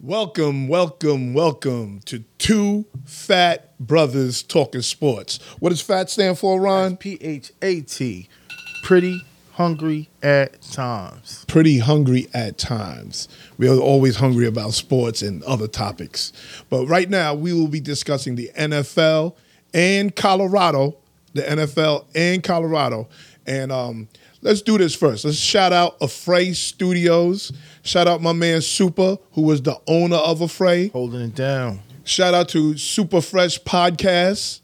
Welcome, welcome, welcome to Two Fat Brothers Talking Sports. What does FAT stand for, Ron? P H A T. Pretty hungry at times. Pretty hungry at times. We are always hungry about sports and other topics. But right now, we will be discussing the NFL and Colorado, the NFL and Colorado. And um, let's do this first. Let's shout out Afray Studios. Shout out my man Super, who was the owner of Afray. Holding it down. Shout out to Super Fresh Podcast.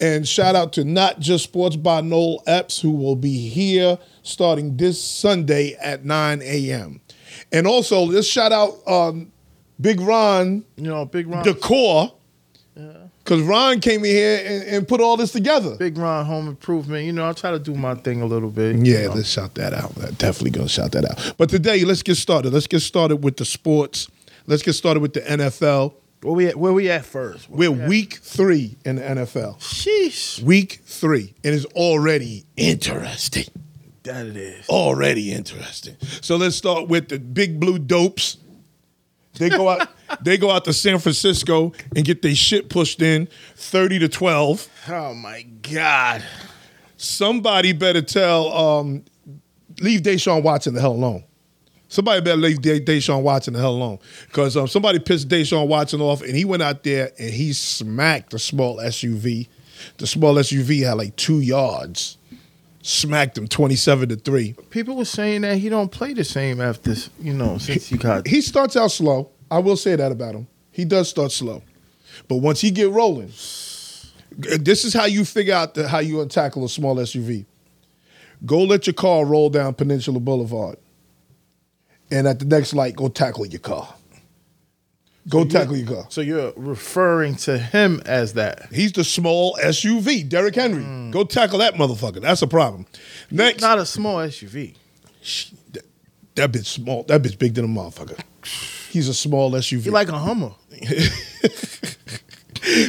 And shout out to Not Just Sports by Noel Epps, who will be here starting this Sunday at 9 a.m. And also, let's shout out um, Big Ron You know, Big Ron. Decor, because Ron came in here and, and put all this together. Big Ron Home Improvement. You know, I try to do my thing a little bit. you Yeah, know. let's shout that out. We're definitely gonna shout that out. But today, let's get started. Let's get started with the sports. Let's get started with the NFL. Where we at, where we at first? Where We're we at? week three in the NFL. Sheesh. week three. It is already interesting. That it is. Already interesting. So let's start with the big blue dopes. They go out, they go out to San Francisco and get their shit pushed in 30 to 12. Oh my God. Somebody better tell, um, leave Deshaun Watson the hell alone. Somebody better leave De- Deshaun Watson the hell alone. Because um, somebody pissed Deshaun Watson off and he went out there and he smacked the small SUV. The small SUV had like two yards. Smacked him 27 to 3. People were saying that he don't play the same after, you know, since he got. He starts out slow. I will say that about him. He does start slow. But once he get rolling, this is how you figure out the, how you untackle a small SUV. Go let your car roll down Peninsula Boulevard. And at the next light, go tackle your car. Go tackle your car. So you're referring to him as that. He's the small SUV, Derrick Henry. Mm. Go tackle that motherfucker. That's a problem. Next, Not a small SUV. Sh- that, that bitch small. That bitch big than a motherfucker. He's a small SUV. He like a Hummer.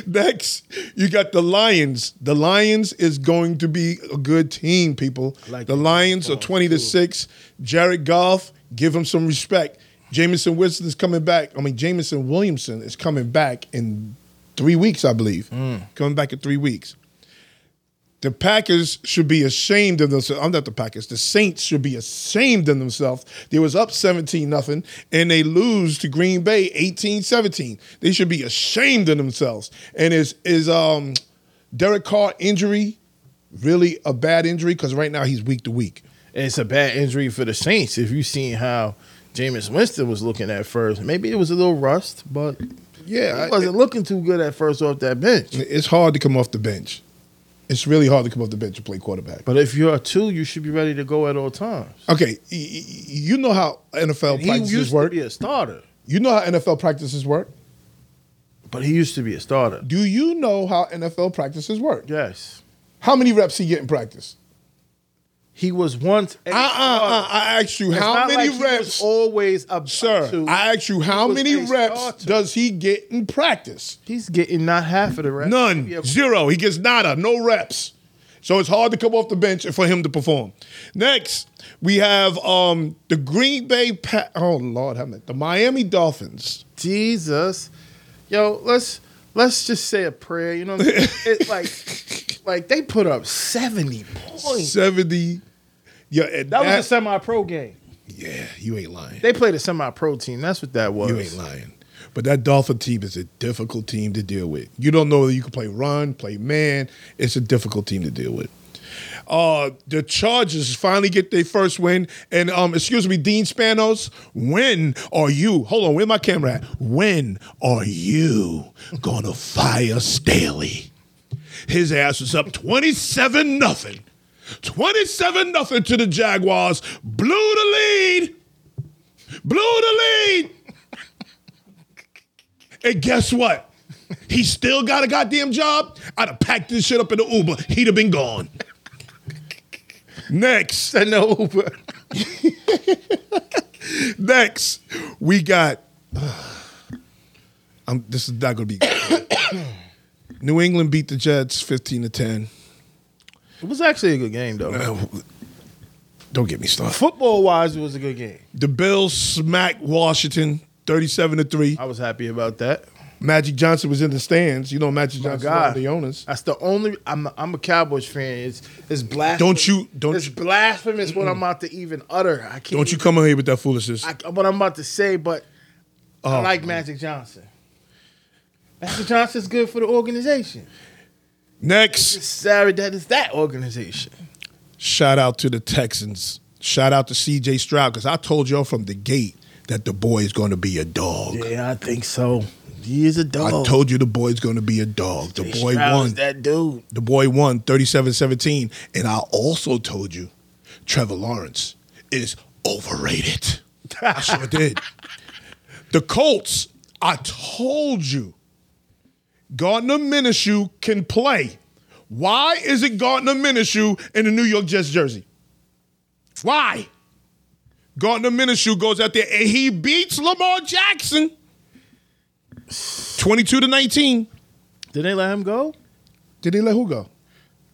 Next, you got the Lions. The Lions is going to be a good team, people. like the it. Lions are 20 to 6. Jared Goff, give him some respect. Jamison Winston is coming back. I mean, Jamison Williamson is coming back in three weeks, I believe. Mm. Coming back in three weeks. The Packers should be ashamed of themselves. I'm not the Packers. The Saints should be ashamed of themselves. They was up 17 nothing and they lose to Green Bay 18-17. They should be ashamed of themselves. And is is um Derek Carr injury really a bad injury cuz right now he's week to week. It's a bad injury for the Saints. If you seen how Jameis Winston was looking at first, maybe it was a little rust, but Yeah, he wasn't looking too good at first off that bench. it's hard to come off the bench. It's really hard to come off the bench and play quarterback. But if you're a two, you should be ready to go at all times. Okay, y- y- you know how NFL He practices used work. to be a starter, You know how NFL practices work. but he used to be a starter. Do you know how NFL practices work? Yes, How many reps he get in practice? he was once. A Uh uh, uh starter. I asked you It's how not many like he was reps, always a sir. Two. I asked you how was many a reps starter. does he get in practice? He's getting not half of the reps. Maybe None, a- zero. He gets nada, no reps. So it's hard to come off the bench and for him to perform. Next, we have um, the Green Bay. Pa- oh Lord, have mercy. the Miami Dolphins. Jesus, yo, let's let's just say a prayer. You know, what I'm saying? it's like like they put up seventy points. Seventy. Yeah, and That was a that- semi-pro game. yeah. You ain't lying. They played a semi-pro team. That's what that was. You ain't lying. But that Dolphin team is a difficult team to deal with. You don't know whether you can play run, play man. It's a difficult team to deal with. Uh, the Chargers finally get their first win. And um, excuse me, Dean Spanos, when are you? Hold on, where my camera at? When are you gonna fire Staley? His ass was up 27 nothing. 27 nothing to the Jaguars. Blew the lead. Blew the lead. And guess what? He still got a goddamn job. I'd have packed this shit up in the Uber. He'd have been gone. Next, Send no Uber. next, we got. I'm, this is not gonna be. good. New England beat the Jets fifteen to ten. Uh, It was actually a good game though. Don't get me started. Football wise, it was a good game. The Bills smacked Washington 37 to 3. I was happy about that. Magic Johnson was in the stands. You know, Magic My Johnson, one God, of the owners. That's the only. I'm. A, I'm a Cowboys fan. It's. It's blasphemous. Don't you- don't It's you- blasphemous what I'm about to even utter. I can't. Don't you even- come on here with that foolishness. I, what I'm about to say, but I Oh. like Magic Johnson. Magic Johnson's good for the organization. Next, Sorry, that is that organization. shout out to the Texans. Shout out to CJ Stroud because I told y'all from the gate that the boy is going to be a dog. Yeah, I think so. He is a I dog. told you the boy's going to be a dog. The Hey, boy Stroud is won. that dude. The boy won 37-17. And I also told you Trevor Lawrence is overrated. I sure did. The Colts, I told you. Gardner Minshew can play. Why is it Gardner Minshew in the New York Jets jersey? Why? Gardner Minshew goes out there and he beats Lamar Jackson 22 to 19. Did they let him go? Did he let who go?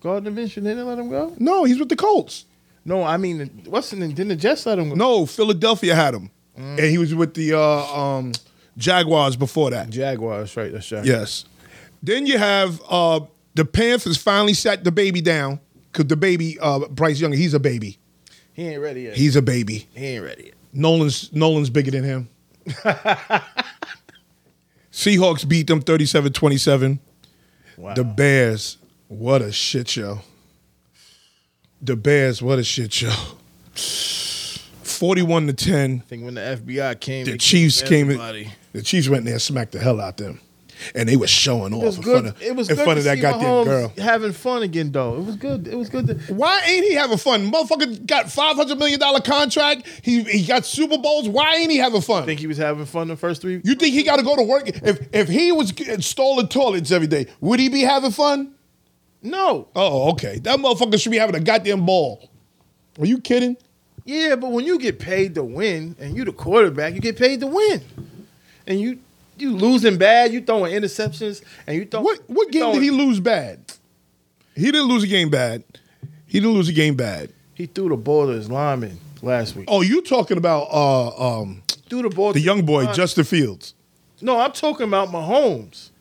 Gardner Minshew, didn't they let him go? No, he's with the Colts. No, I mean, what's the name? Didn't the Jets let him go? No, Philadelphia had him, and he was with the uh, um, Jaguars before that. Jaguars, right? That's right. Yes. Then you have uh, the Panthers finally sat the baby down because the baby uh, Bryce Young, he's a baby. He ain't ready yet. He's a baby. he ain't ready yet. Nolan's Nolan's bigger than him. Seahawks beat them 37-27. Wow. The Bears, what a shit show. The Bears, what a shit show. 41 to 10. I think when the FBI came, the they Chiefs killed came in. everybody. The Chiefs went in there and smacked the hell out them. And they were showing off It was in good. front of, it was in good front to of that see goddamn Mahomes girl. having fun again, though. It was good. It was good. To, Why ain't he having fun? Motherfucker got five hundred million dollar contract. He he got Super Bowls. Why ain't he having fun? I think he was having fun the first three. you think he got to go to work? If if he was g- stolen toilets every day, would he be having fun? no, Oh, okay. That motherfucker should be having a goddamn ball. Are you kidding? yeah, but when you get paid to win and you the quarterback, you get paid to win, and you you losing bad, you throwing interceptions, and you throwing What what you game did throwing- he lose bad? He didn't lose a game bad. He didn't lose a game bad. He threw the ball to his lineman last week. Oh, you talking about uh um Threw the ball. the to young his boy line- Justin Fields. No, I'm talking about Mahomes.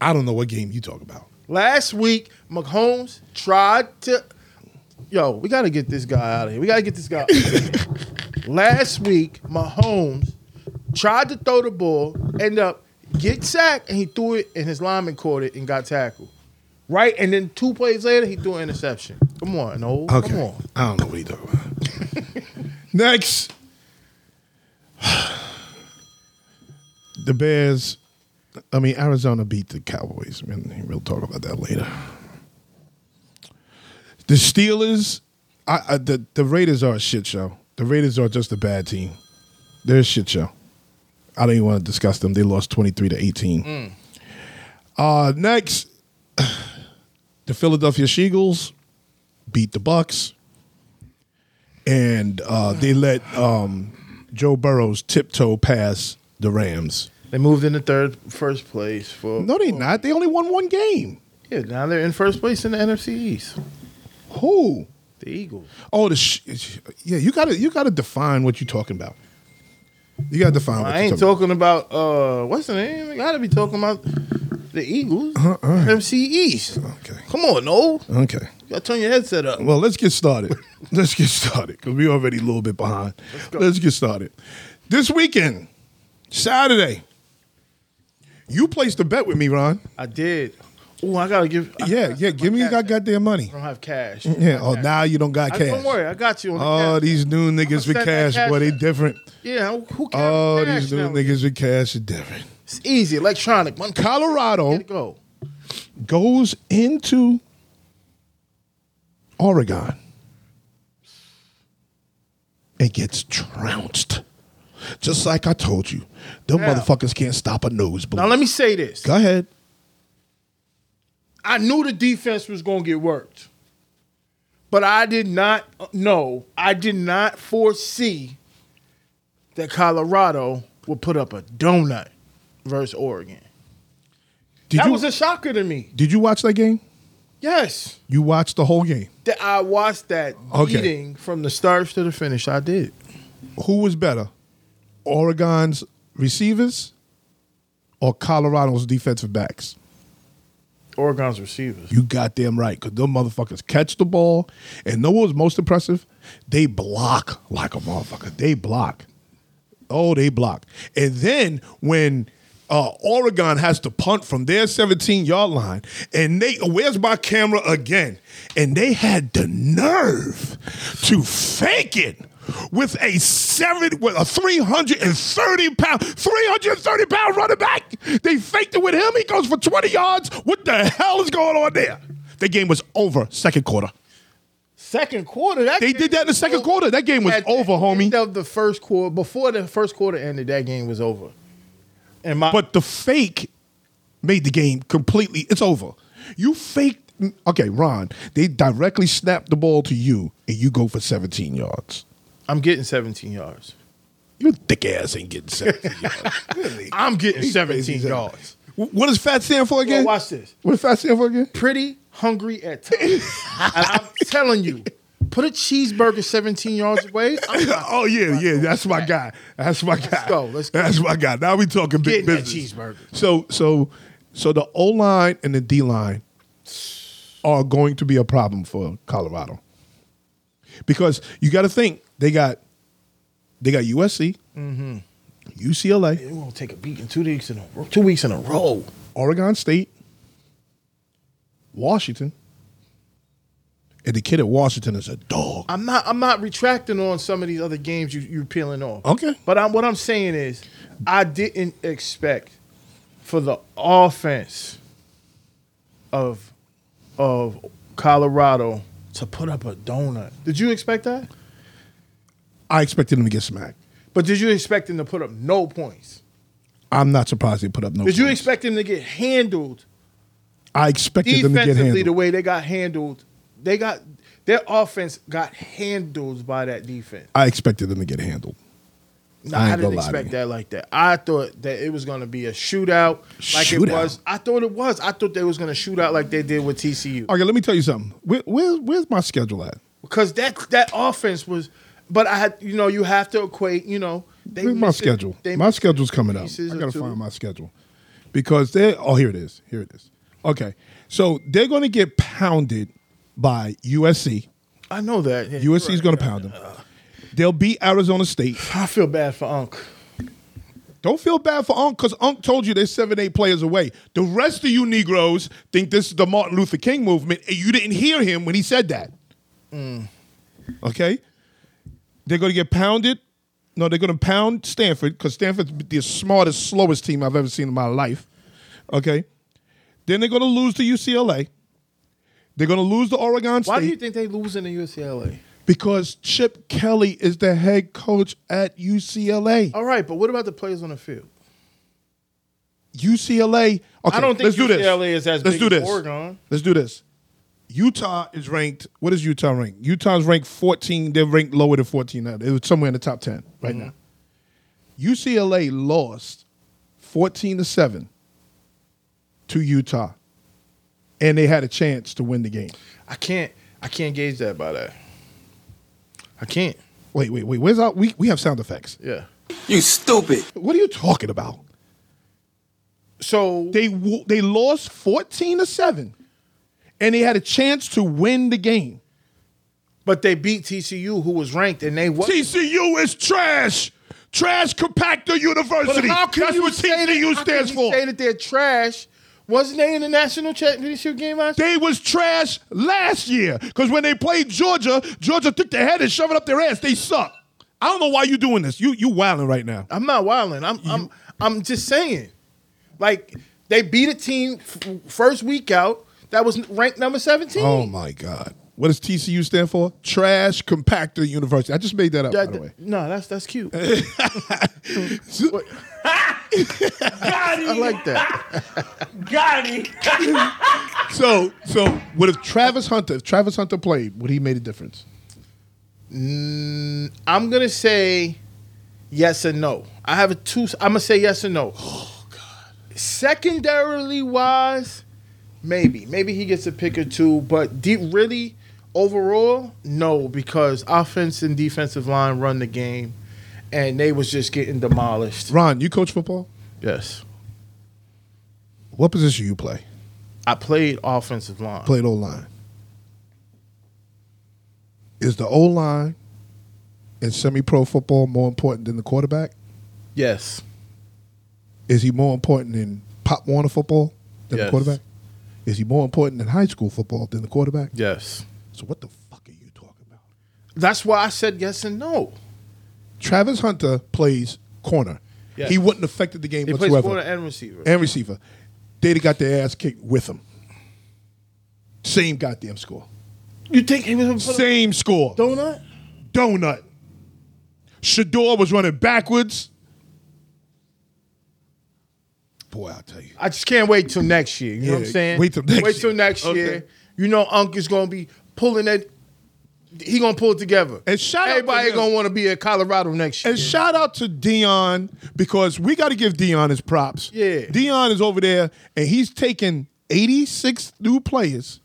I don't know what game you talk about. Last week, Mahomes tried to. Yo, we got to get this guy out of here. We got to get this guy. Last week, Mahomes tried to throw the ball, end up get sacked, and he threw it, and his lineman caught it and got tackled. Right, and then two plays later, he threw an interception. Come on, no, come on. I don't know what he talking about. Next, the Bears. I mean, Arizona beat the Cowboys. Man, we'll talk about that later. The Steelers. I, I the the Raiders are a shit show. The Raiders are just a bad team. They're a shit show. I don't even want to discuss them. They lost twenty three to eighteen. Uh, next, the Philadelphia Eagles beat the Bucks, and uh, they let um, Joe Burrow's tiptoe pass the Rams. They moved into third, first place for. No, they not. They only won one game. Yeah, now they're in first place in the NFC East. Who? The Eagles. Oh, the sh- yeah. You gotta you gotta define what you're talking about. You gotta define. what I you're ain't talking about uh what's the name? I gotta be talking about the Eagles. MC East. Okay. Come on, no. You Okay. gotta turn your headset up. Well, let's get started. let's get started because we're already a little bit behind. go. let's get started. This weekend, Saturday. You placed a bet with me, Ron. I did. Oh, I gotta give I Yeah, gotta yeah. send my Give me cash that app. goddamn money. I don't have cash. Yeah. Oh, now you don't got I, cash. don't worry, I got you on the Oh, cash. these new niggas with send that cash, cash boy, they up. different. Yeah, who- who cares? Oh, cash these new now? niggas with cash are different. It's easy, electronic. One cop Colorado go. goes into Oregon and gets trounced. Just like I told you, them Now- motherfuckers can't stop a nosebleed. Now let me say this. Go ahead. I knew the defense was going to get worked, but I did not know, I did not foresee that Colorado would put up a donut versus Oregon. Did that you was a shocker to me. did you watch that game? Yes, You watched the whole game. that I watched that Okay. meeting from the start to the finish. I did. Who was better, Oregon's receivers or Colorado's defensive backs? Oregon's receivers. You goddamn right, because them motherfuckers catch the ball. And know what was most impressive? They block like a motherfucker. They block. Oh, they block. And then when uh, Oregon has to punt from their 17 yard line, and they, where's my camera again? And they had the nerve to fake it. With a seven, with a 330 pound, 330 pound running back. They faked it with him. He goes for 20 yards. What the hell is going on there? The game was over second quarter. Second quarter. That They game- did that in the second quarter. That game was At the over, homie. end Of the first quarter, before the first quarter ended, that game was over. And my But the fake made the game completely. It's over. You faked. Okay, Ron. They directly snapped the ball to you, and you go for 17 yards. I'm getting 17 yards. Your thick ass ain't getting 17 yards. Really? I'm getting He's 17 crazy. yards. Wh- What does fat stand for again? Well, watch this. What does fat stand for again? Pretty hungry at times. and I'm telling you, put a cheeseburger 17 yards away. I'm not Oh yeah, yeah. That's my guy. That's my guy. go, let's go. That's my guy. Now we talking big Getting that business. cheeseburger. So so so the O line and the D line are going to be a problem for Colorado because you got to think they got they got USC, Mm-hmm. UCLA, We're gonna take a beating two weeks in a row. Two weeks in a row. Oregon State, Washington, and the kid at Washington is a dog. I'm not. I'm not retracting on some of these other games you, you're peeling off. Okay. But I'm, what I'm saying is, I didn't expect for the offense of of Colorado to put up a donut. Did you expect that? I expected them to get smacked. But did you expect them to put up no points? I'm not surprised they put up no. Did you points. expect them to get handled I expected them to get defensively the handled. way they got handled? They got their offense got handled by that defense. I expected them to get handled. No, I I, ain't didn't gonna lie to expect you. that like that. I thought that it was gonna be a shootout like it Shootout? was. I thought it was. I thought they was gonna shoot out like they did with TCU Okay, let me tell you something. Where, where, where's my schedule at? because that that offense was. But I had you know you have to equate you know they Where's my missed it- schedule? they My missed schedule's coming up. pieces I or gotta two. find my schedule because they. Oh, here it is. Here it is. Okay, so they're going to get pounded by USC. I know that yeah, USC's you're right. going to pound them. They'll beat Arizona State. I feel bad for Unc. Don't feel bad for Unc because Unc told you they're seven, eight players away. The rest of you Negroes think this is the Martin Luther King movement, and you didn't hear him when he said that. Mm. Okay? They're going to get pounded. No, they're going to pound Stanford because Stanford's the smartest, slowest team I've ever seen in my life. Okay? Then they're going to lose to UCLA. They're going to lose to Oregon State Why do you think they losing to UCLA? because Chip Kelly is the head coach at UCLA. All right, but what about the players on the field? UCLA. Okay, I don't think let's do this. UCLA is as let's big do as this. Oregon. Let's do this. Utah is ranked. What is Utah ranked? Utah's ranked 14. They're ranked lower than 14 now. It was somewhere in the top 10 right Mm-hmm. now. UCLA lost 14 to 7 to Utah. And they had a chance to win the game. I can't. I can't gauge that by that. I can't. Wait, wait, wait. Where's our we we have sound effects. Yeah. You stupid. What are you talking about? So They wo- they lost 14 to 7 and they had a chance to win the game. But they beat TCU, who was ranked, and they was. TCU is trash. Trash compactor university. That's what TCU how stands can you for. Say that they're trash. Wasn't they in the national championship game last? year? They was trash last year because when they played Georgia, Georgia took their head and shoved it up their ass. They suck. I don't know why you doing this. You you wilding right now. I'm not wilding. I'm I'm I'm just saying, like they beat a team f- first week out that was ranked number 17. Oh my God. What does TCU stand for? Trash compactor university. I just made that up That- by the way. no, that's that's cute. So- Got I him. like that. Got him. So so what if Travis Hunter? If Travis Hunter played, would he made a difference? I'm gonna say yes and no. I have a two. I'm gonna say yes and no. Oh God. Secondarily wise, maybe. Maybe he gets a pick or two, but deep really overall, no, because offense and defensive line run the game, and they was just getting demolished. Ron, you coach football? Yes, What position you play? I played offensive line. Played O line. Is the O line in semi pro football more important than the quarterback? Yes, Is he more important in Pop Warner football than the Yes. quarterback? Is he more important in high school football than the quarterback? yes. So what the fuck are you talking about? That's why I said yes and no. Travis Hunter plays corner. Yes. He wouldn't affected the game He plays whatsoever. quarter and receiver. and receiver. They'd have got their ass kicked with him. Same goddamn score. you think he was a Same score. donut? Donut. Shador was running backwards. Boy, I'll tell you. I just can't wait till next year. You know what Yeah, I'm saying? wait till next Wait till year. next Okay. year. You know, Unc is gonna be pulling that. He gonna pull it together. And shout out to everybody him. gonna want to be at Colorado next year. And shout out to Dion because we got to give Dion his props. Yeah. Dion is over there and he's taken 86 new players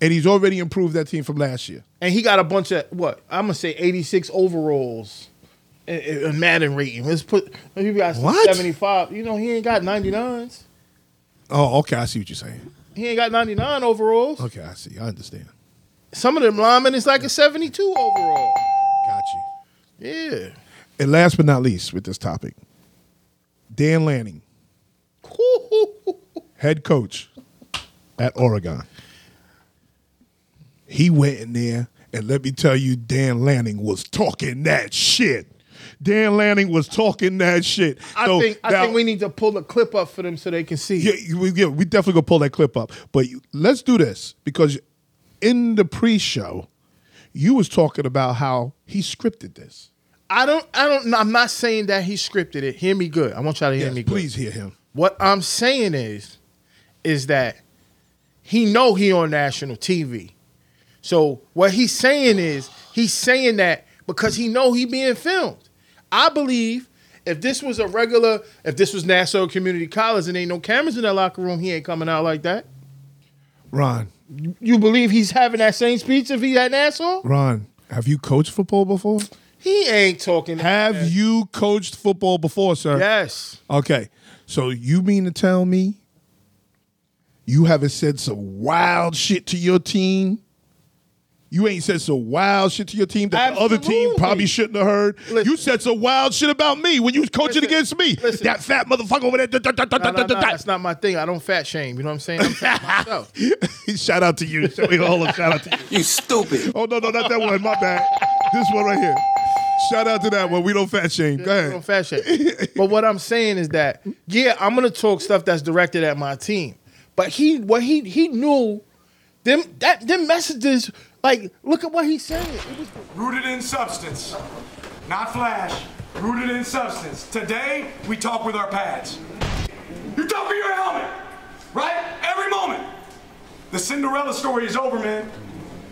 and he's already improved that team from last year. and he got a bunch of what I'm gonna say 86 overalls in, in in Madden rating. Let's put he got some What? 75. You know he ain't got 99s. Oh, okay. I see what you're saying. He ain't got 99 overalls. Okay, I see. I understand. Some of them linemen is like a 72 overall. Got you. Yeah. And last but not least with this topic, Dan Lanning, head coach at Oregon. He went in there, and let me tell you, Dan Lanning was talking that shit. Dan Lanning was talking that shit. I So think I now- think we need to pull a clip up for them so they can see. yeah, you- we, yeah, we definitely gonna pull that clip up. But you, let's do this because in the pre-show, you was talking about how he scripted this. I don't I don't I'm not saying that he scripted it. Hear me good. I want y'all to hear Yes, me good. please hear him. What I'm saying is, is that he know he on national TV. So what he's saying is he's saying that because he know he being filmed. I believe if this was a regular, if this was Nassau Community College and ain't no cameras in that locker room, he ain't coming out like that. Ron, You believe he's having that same speech if he at Nassau? Ron, have you coached football before? He ain't talking. Have you coached football before, sir? yes. Okay. So you mean to tell me you haven't said some wild shit to your team? You ain't said some wild shit to your team that the other team Absolutely. probably shouldn't have heard. Listen. You said some wild shit about me when you was coaching Listen, against me. listen. That fat motherfucker over there. da- da- da- da- No, da- no, da- no, da. that's not my thing. I don't fat shame. You know what I'm saying? I'm fat myself. shout out to you. Joey Holland, shout out to you. You stupid. Oh no, no, not that one. My bad. This one right here. Shout out to that one. We don't fat shame. Go on ahead. fashion. but what I'm saying is that yeah, I'm gonna talk stuff that's directed at my team. But he what he he knew them that them messages like look at what he said. It was- rooted in substance, not flash, rooted in substance. Today, we talk with our pads. You talk with your helmet, right? Every moment. The Cinderella story is over, man.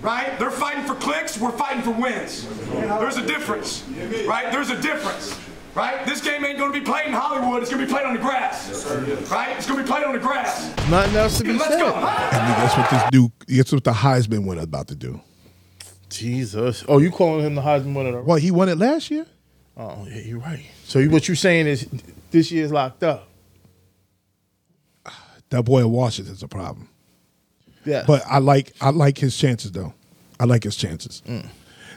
Right? They're fighting for clicks, we're fighting for wins. There's a difference, right? There's a difference. Right? This game ain't gonna be played in Hollywood, it's gonna be played on the grass. Right? It's gonna be played on the grass. nothing else to be Let's go. said. I mean, that's what this dude. That's what the Heisman winner about to do. Jesus. Oh, you calling him the Heisman winner? Well, he won it last year. Oh yeah, you're right. So you- what you saying is this year's locked up. That boy in Washington's a problem. Yeah. But I like I like his chances though. I like his chances. Mm.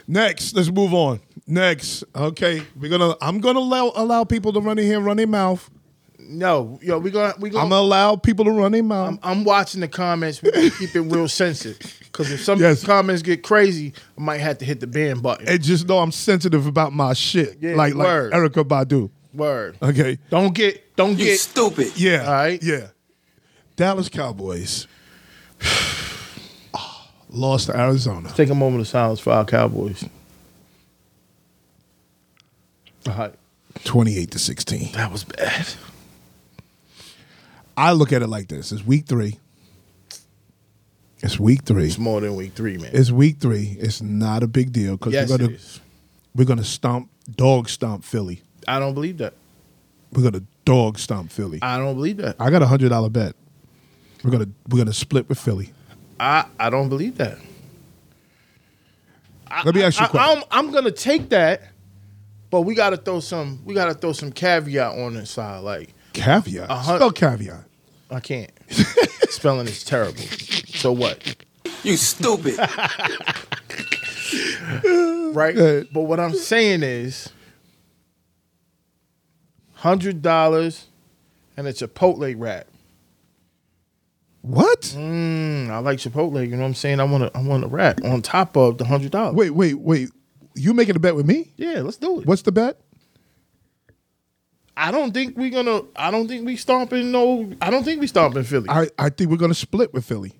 Next, let's move on. Next, okay, we're gonna. I'm gonna allow, allow people to run in here, run their mouth. no, yo, we gonna we gonna I'm gonna allow people to run their mouth. I'm watching the comments. We gotta keep it real sensitive because if some Yes. comments get crazy, I might have to hit the ban button. and just know I'm sensitive about my shit, Yeah, like like word. Erica Badu. Word. Okay, Don't get don't You get stupid. yeah, All right. yeah. Dallas Cowboys lost to Arizona. Take a moment of silence for our Cowboys. All right. 28 to 16. That was bad. I look at it like this. It's week three. It's week three. It's more than week three, man. It's week three. It's not a big deal because yes, we're it gonna is. we're gonna stomp dog stomp Philly. I don't believe that. We're gonna dog stomp Philly. I, I don't believe that. got a hundred dollar bet. We're gonna we're gonna split with Philly. I, I don't believe that. Let me ask you a I, question. I'm, I'm gonna take that But we gotta throw some we gotta throw some caveat on the side. Like Caveat. hun- Spell caveat. I can't. Spelling is terrible. So what? You stupid. Right? Good. But what I'm saying is hundred dollars and a Chipotle wrap. What? Mm, I like Chipotle, you know what I'm saying? I want to I want a wrap on top of the hundred dollars. Wait, wait, wait. You making a bet with me? Yeah, let's do it. What's the bet? I don't think we're gonna I don't think we stomping no I don't think we stomping Philly. I, I think we're gonna split with Philly.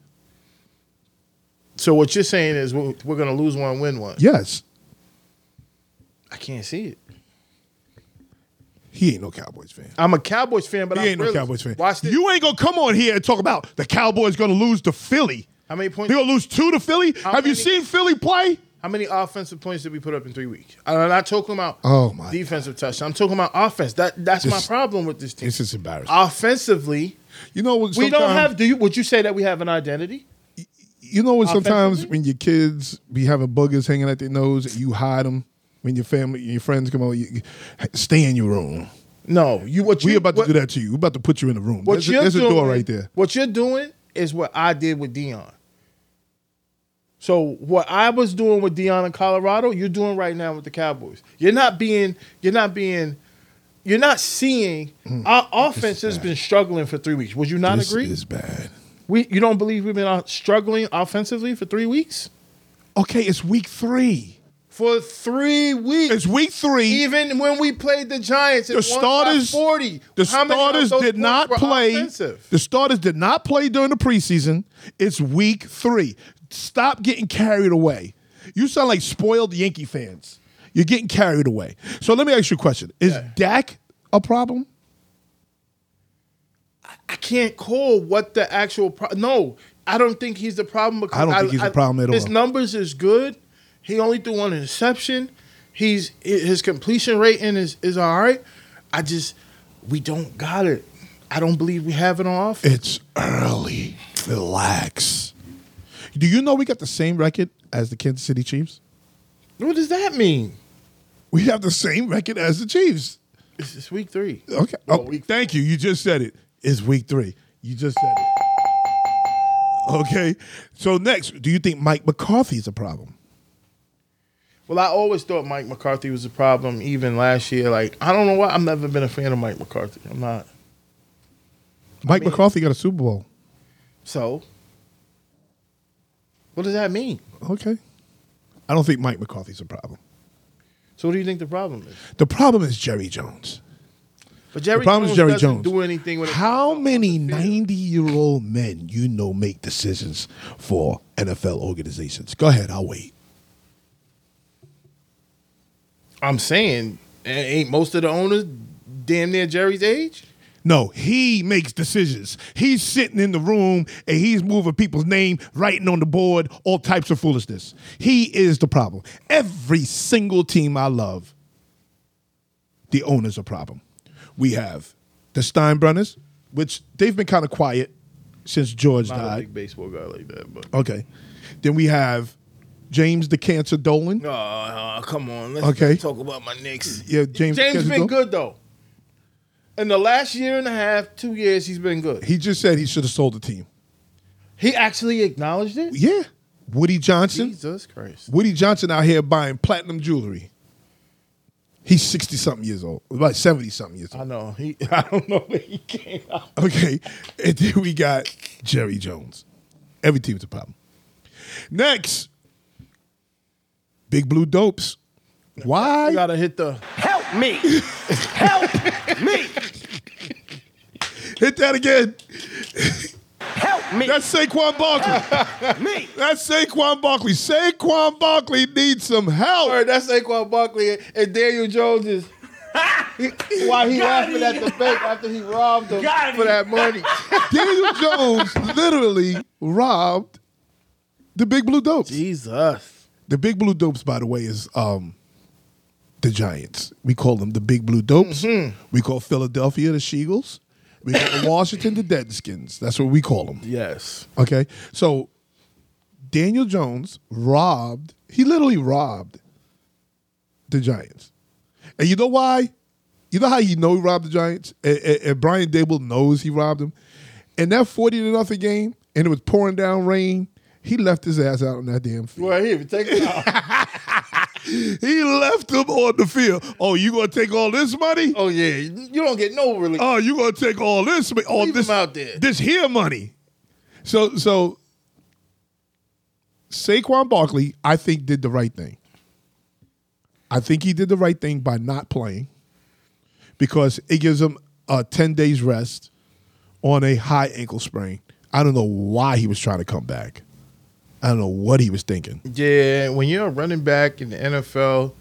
so what you're saying is we're, we're gonna lose one, win one. Yes. I can't see it. He ain't no Cowboys fan. I'm a Cowboys fan, but He I'm ain't no really- Cowboys fan. Watch this. You ain't gonna come on here and talk about the Cowboys gonna lose to Philly. How many points- They're gonna lose two to Philly. Have you many- seen Philly play? How many offensive points did we put up in three weeks? I'm not talking about Oh, my defensive touch. I'm talking about offense. That that's my This- problem with this team. This is embarrassing. Offensively, you know what? Uh, we don't sometime- have. Do you? Would you say that we have an identity? You know what? Sometimes Offensively? when your kids be having boogers hanging out their nose, you hide them. When your family, your friends come over, you, stay in your room. No, you. What We you, about to what, do that to you. We about to put you in the room. What There's, a, you're there's a doing, door right there. What you're doing is what I did with Dion. So what I was doing with Dion in Colorado, you're doing right now with the Cowboys. You're not being. You're not being. You're not seeing Mm. our offense has been struggling for three weeks. Would you not This agree? is bad. We you don't believe we've been out struggling offensively for three weeks? Okay, it's week three. For three weeks. It's week three. even when we played the Giants, it the won by starters, forty. the How many of starters those did points not were play. offensive? The starters did not play during the preseason. It's week three. Stop getting carried away. You sound like spoiled Yankee fans. You're getting carried away. So let me ask you a question: Is Dak a problem? I can't call what the actual pro- no. I don't think he's the problem because I don't think he's the problem at his all. numbers is good. He only threw one interception. He's his completion rating is is all right. I just we don't got it. I don't believe we have it on offense. It's early. Relax. Do you know we got the same record as the Kansas City Chiefs? what does that mean? We have the same record as the Chiefs. It's, it's week three. Okay. Oh, thank you. You just said it. It's week three. You just said it. Okay. So next, do you think Mike McCarthy's a problem? Well, I always thought Mike McCarthy was a problem, even last year. Like, I don't know why I've never been a fan of Mike McCarthy. I'm not. Mike McCarthy got a Super Bowl. So, what does that mean? Okay. I don't think Mike McCarthy's a problem. So, what do you think the problem is? The problem is Jerry Jones. The But Jerry problem Jones is Jerry doesn't Jones. do anything when it How comes to many offense. 90 year old men you know make decisions for NFL organizations? Go ahead, I'll wait. I'm saying, a- ain't most of the owners damn near Jerry's age? No, he makes decisions. He's sitting in the room and he's moving people's name, writing on the board, all types of foolishness. He is the problem. Every single team I love, the owner's a problem. We have the Steinbrenners, which they've been kind of quiet since George I'm not a big died. baseball guy like that, but. Okay. Then we have James the Cancer Dolan. Oh, uh, come on. Let's Okay. talk about my Knicks. Yeah, James. the James Cancer been Dolan. good, though. In the last year and a half, two years, he's been good. He just said he should have sold the team. He actually acknowledged it? Yeah. Woody Johnson. Jesus Christ. Woody Johnson out here buying platinum jewelry. He's 60 something years old, about 70 something years I old. know. He I don't know where he came out. Okay. And then we got Jerry Jones. Every team's a problem. Next, Big Blue Dopes. I Why? gotta hit the Help me. Help me. Hit that again. Help me. That's Saquon Barkley. me. That's Saquon Barkley. Saquon Barkley needs some help. Alright, that's Saquon Barkley and Daniel Jones is why he Got laughing him. at the bank after he robbed them Got for him. that money. Daniel Jones literally robbed the Big Blue Dopes. Jesus. The Big Blue Dopes, by the way, is um, the Giants. We call them the Big Blue Dopes. We call Philadelphia the Sheagles. We call Washington the Deadskins. That's what we call them. Yes. Okay, so Daniel Jones robbed. He literally robbed the Giants, And you know why? You know how you know he robbed the Giants? And, and- and Brian Dable knows he robbed them. In that 40 to nothing game, and it was pouring down rain, he left his ass out on that damn field. Well, here, take it out. He left him on the field. Oh, you gonna take all this money? oh yeah, you don't get no relief. Oh, you gonna take all this? ma- All Leave this him out there. This here money. So so Saquon Barkley, I think did the right thing. I think he did the right thing by not playing because it gives him a ten days rest on a high ankle sprain. I don't know why he was trying to come back. I don't know what he was thinking. Yeah, when you're a running back in the NFL,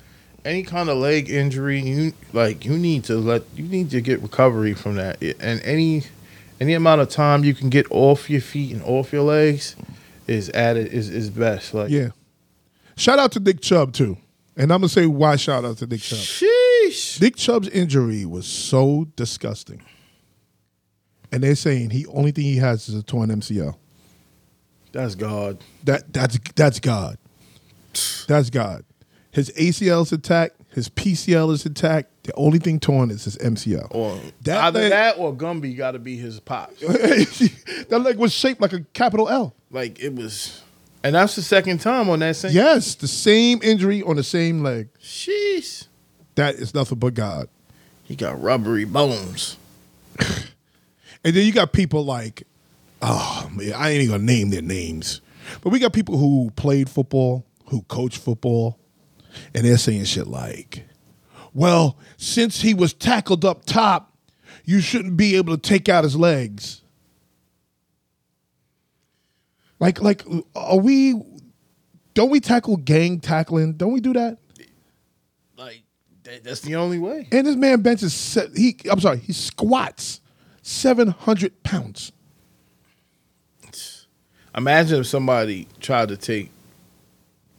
any kind of leg injury, you like you need to let you need to get recovery from that, and any any amount of time you can get off your feet and off your legs is added is is best. Like Yeah. Shout out to Dick Chubb too. And I'm gonna say why shout out to Dick Chubb. sheesh. Dick Chubb's injury was so disgusting. And they're saying he only thing he has is a torn MCL. That's God. That that's that's God. That's God. His ACL is intact. His PCL is intact. The only thing torn is his MCL. Or That either leg- that or Gumby got to be his pop. that leg was shaped like a capital L. like it was, and that's the second time on that same. Yes, the same injury on the same leg. Sheesh. That is nothing but God. He got rubbery bones. And then you got people like, oh man, I ain't even gonna name their names, but we got people who played football, who coach football, and they're saying shit like, well, since he was tackled up top, you shouldn't be able to take out his legs. Like, like, are we? Don't we tackle gang tackling? Don't we do that? Like that, that's the only way. And this man benches se- he. I'm sorry, he squats seven hundred pounds. Imagine if somebody tried to take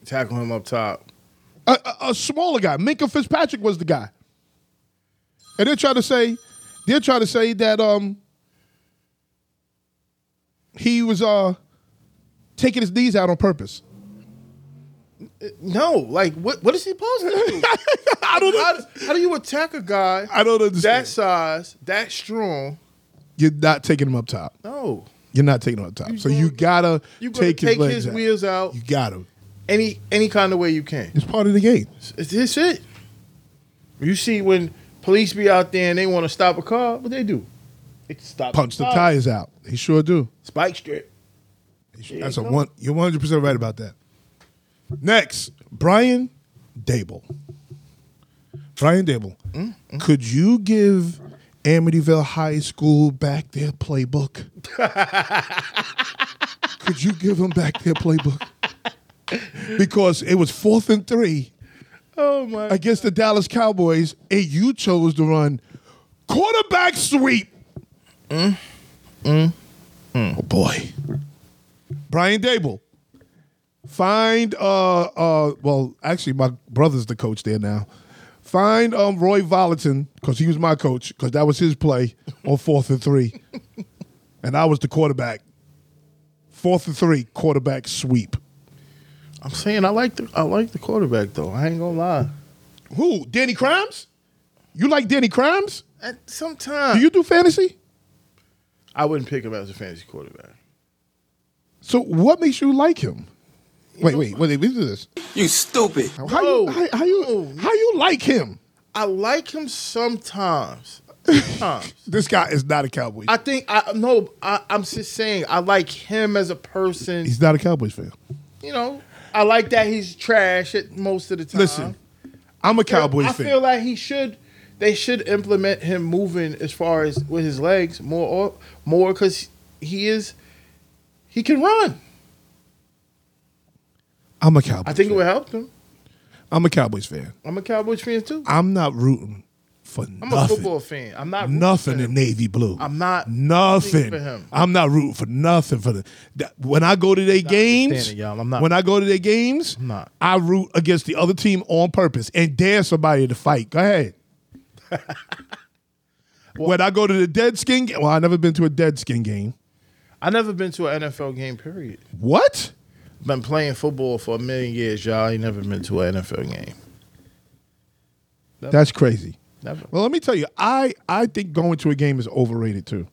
tackle him up top. a, a, a smaller guy. Minka Fitzpatrick was the guy. And they're trying to say, they're trying to say that um he was uh taking his knees out on purpose. No, like what? What is he supposed to do? I don't how, how do you attack a guy I don't understand. that size, that strong? You're not taking him up top. No, You're not taking him up top. so gonna- you gotta you gotta take, take, legs his out. wheels out You got him. any any kind of way you can. It's part of the game. It's, it's it. You see, when police be out there and they want to stop a car, what they do? They stop. Punch the car. tires out. He sure do. Spike strip. They sure- That's a one. You're 100 percent right about that. Next, Brian Dable. Brian Dable, Mm-hmm. could you give Amityville High School back their playbook? could you give them back their playbook? Because it was fourth and three Oh my! against the Dallas Cowboys, and you chose to run quarterback sweep. Mm-hmm. Oh boy, Brian Dable. Find uh uh well actually my brother's the coach there now. Find um Roy Volatin because he was my coach because that was his play on fourth and three, and I was the quarterback. Fourth and three quarterback sweep. I'm saying I like the I like the quarterback though. I ain't gonna lie. Who? Danny Crimes? You like Danny Crimes? At sometimes Do you do fantasy? I wouldn't pick him as a fantasy quarterback. So what makes you like him? Wait, wait, wait, wait, do this. You stupid. How you, how, how you, how you like him? I like him sometimes. Sometimes. This guy is not a Cowboys. I think I no. I, I'm just saying I like him as a person. He's not a Cowboys fan. You know, I like that he's trash at most of the time. Listen, I'm a Cowboys I fan. feel like he should. They should implement him moving as far as with his legs more or more because he is he can run. I'm a Cowboys. I think it would help him. I'm a Cowboys fan. I'm a Cowboys fan too. I'm not rooting for I'm a nothing. football fan. I'm not rooting nothing for in him. navy blue. I'm not nothing. rooting for him. I'm not rooting for nothing for the. that- when I go to their games, understanding, y'all. I'm not- when I go to their games, I'm not. I root against the other team on purpose and dare somebody to fight. Go ahead. when I go to the dead skin, ga- well, I've never been to a dead skin game. I never been to an NFL game. Period. What? Been playing football for a million years, y'all. I ain't never been to an NFL game. That's crazy. Never. Well, let me tell you, I I think going to a game is overrated too.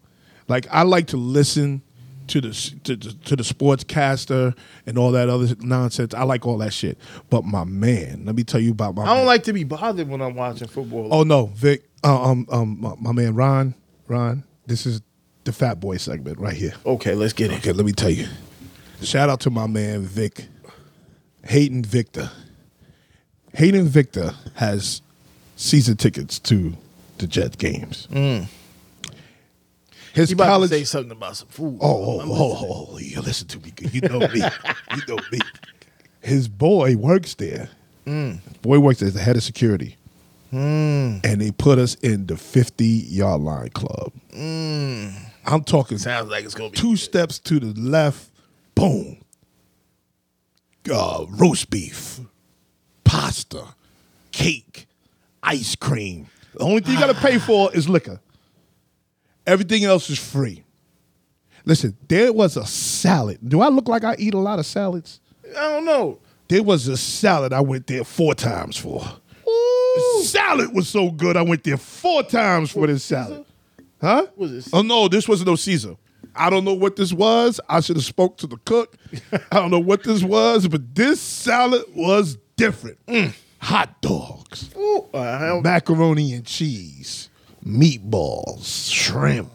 Like I like to listen to the s- to, to, to the sportscaster and all that other nonsense. I like all that shit. But my man, let me tell you about my. I man. don't like to be bothered when I'm watching football. Oh no, Vic. Uh, um um my, my man Ron Ron. This is the Fat Boy segment right here. Oh. Okay, let's get it. Okay, let me tell you. Shout out to my man Vic, Hayden Victor. Hayden Victor has season tickets to the Jet games. His Mm. You about college. to say something about some food. oh, oh, oh, oh, you listen to me. good. You know me. you know me. His boy works there. Mm. Boy works as the head of security. And they put us in the 50 yard line club. Mm. I'm talking Sounds like it's gonna be two steps to the left, boom. Uh, roast beef, pasta, cake, ice cream. The only thing you gotta pay for is liquor. Everything else is free. Listen, there was a salad. Do I look like I eat a lot of salads? I don't know. There was a salad I went there four times for. The salad was so good I went there four times for this salad. Huh? Was it- Oh no, this wasn't no Caesar. I don't know what this was. I should have spoke to the cook. I don't know what this was, but this salad was different. Hot dogs, Mm. Ooh, uh, I don't- macaroni and cheese, meatballs, shrimp,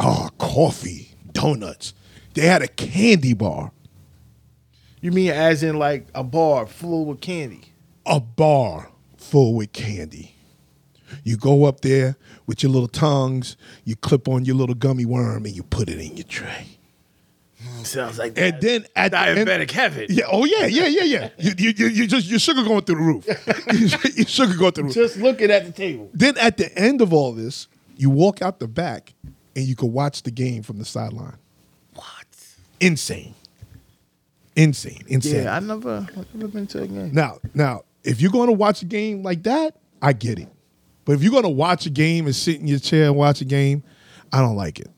ah, coffee, donuts. They had a candy bar. You mean as in like a bar full with candy? a bar full with candy. You go up there with your little tongues, you clip on your little gummy worm, and you put it in your tray. Sounds like And then at the end, heaven. yeah, oh yeah, yeah, yeah, yeah. You, you, you, you just your sugar going through the roof. your sugar going through the roof. Just looking at the table. Then at the end of all this, you walk out the back and you can watch the game from the sideline. What? Insane, insane, insane. Yeah, I never, I never been to a game. Now, now, if you're going to watch a game like that, I get it. But if you're going to watch a game and sit in your chair and watch a game, I don't like it.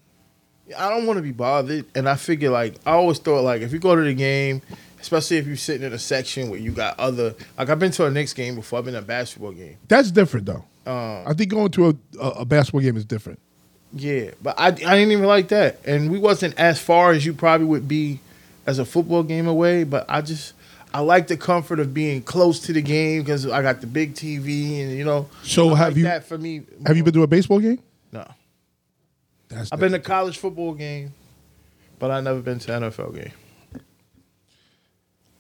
I don't want to be bothered, and I figure like I always thought like if you go to the game, especially if you're sitting in a section where you got other like I've been to a Knicks game before. I've been to a basketball game. That's different, though. Um, I think going to a, a, a basketball game is different. Yeah, but I I didn't even like that, and we wasn't as far as you probably would be as a football game away. But I just I like the comfort of being close to the game because I got the big TV, and you know. So I have like you- That for me. Have you been to a baseball game? No, That's I've been to college football game, but I never been to NFL game.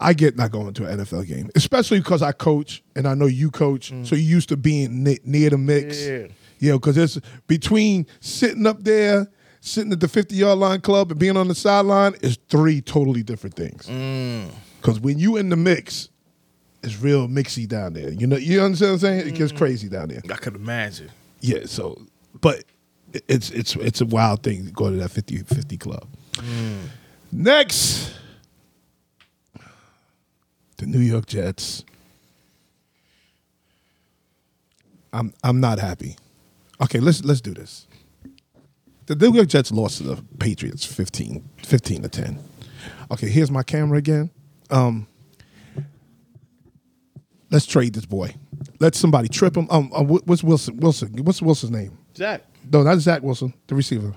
I get not going to an NFL game, especially because I coach and I know you coach, so you used to being ne- near the mix. Yeah. You know, because it's between sitting up there, sitting at the 50 yard line club, and being on the sideline is three totally different things. Because when you in the mix, it's real mixy down there. You know, you understand what I'm saying? It gets crazy down there. I could imagine. Yeah. So, but it- it's it's it's a wild thing to go to that 50, 50 club. Next, the New York Jets. I'm I'm not happy. Okay, let's let's do this. The New York Jets lost to the Patriots 15, 15 to 10. Okay, here's my camera again. Um, let's trade this boy. Let somebody trip him. Um, uh, wh- what's Wilson? Wilson. What's Wilson's name? Zach. No, not Zach Wilson, the receiver.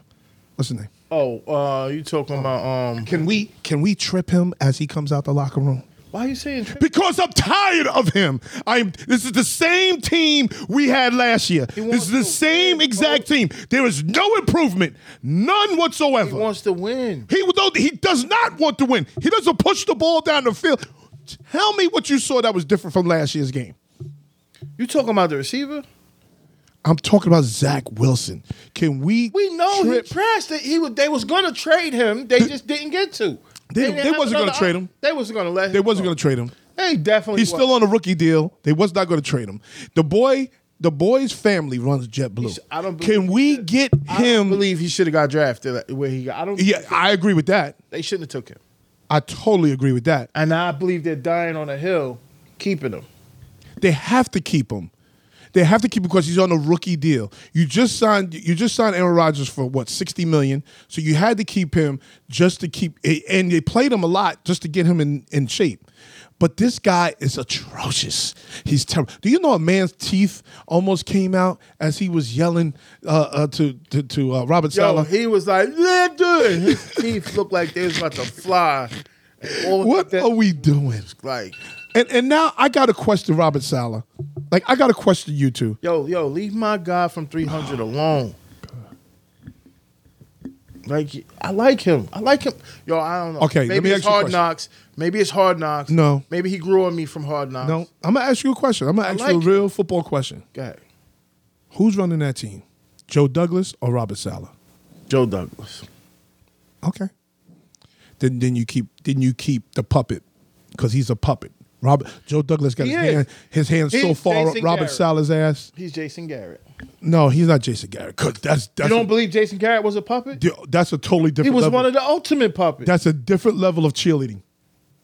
What's his name? Oh, uh, you talking about um? Can we can we trip him as he comes out the locker room? Why are you saying? Tri- Because I'm tired of him. I'm. This is the same team we had last year. This wants is the to same win, exact team. There is no improvement, none whatsoever. he wants to win. He don't- he does not want to win. He doesn't push the ball down the field. Tell me what you saw that was different from last year's game. You talking about the receiver? I'm talking about Zach Wilson. Can we? We know trip? he trashed it. He was, they was gonna trade him. They just didn't get to. They- didn't they have wasn't gonna another trade op- him. They wasn't gonna let. They wasn't going to trade him. They definitely. He's still on a rookie deal. They was not going to trade him. The boy, the boy's family runs JetBlue. I don't believe Can we get I don't him? believe he should have got drafted like, where he got. I don't. Yeah, I agree with that. They shouldn't have took him. I totally agree with that. And I believe they're dying on a hill, keeping him. They have to keep him. They have to keep because he's on a rookie deal. You just signed you just signed Aaron Rodgers for what sixty million, so you had to keep him just to keep. And they played him a lot just to get him in in shape. But this guy is atrocious. He's terrible. Do you know a man's teeth almost came out as he was yelling uh, uh, to to, to uh, Robert Yo, Sala? he was like, yeah, dude. His teeth looked like they was about to fly. All What that- are we doing? like? And and now I got to question Robert Sala. Like I got to question you two. Yo, yo, leave my guy from 300 Oh, alone. Like, I like him. I like him. Yo, I don't know. Okay, let maybe me it's ask you a Hard question. Knocks. Maybe it's Hard Knocks. No. Maybe he grew on me from Hard Knocks. No, I'm gonna ask you a question. I'm gonna ask you a like real football question. Go ahead. Who's running that team? Joe Douglas or Robert Sala? Joe Douglas. Okay. Then then you keep then you keep the puppet because he's a puppet. Robert Joe Douglas got He his is. hand his hand so He's far up Jason Robert Garrett. Sala's ass. He's Jason Garrett. No, he's not Jason Garrett. 'cause that's that's You don't a, believe Jason Garrett was a puppet? dude, that's a totally different. he was level. one of the ultimate puppets. That's a different level of cheerleading.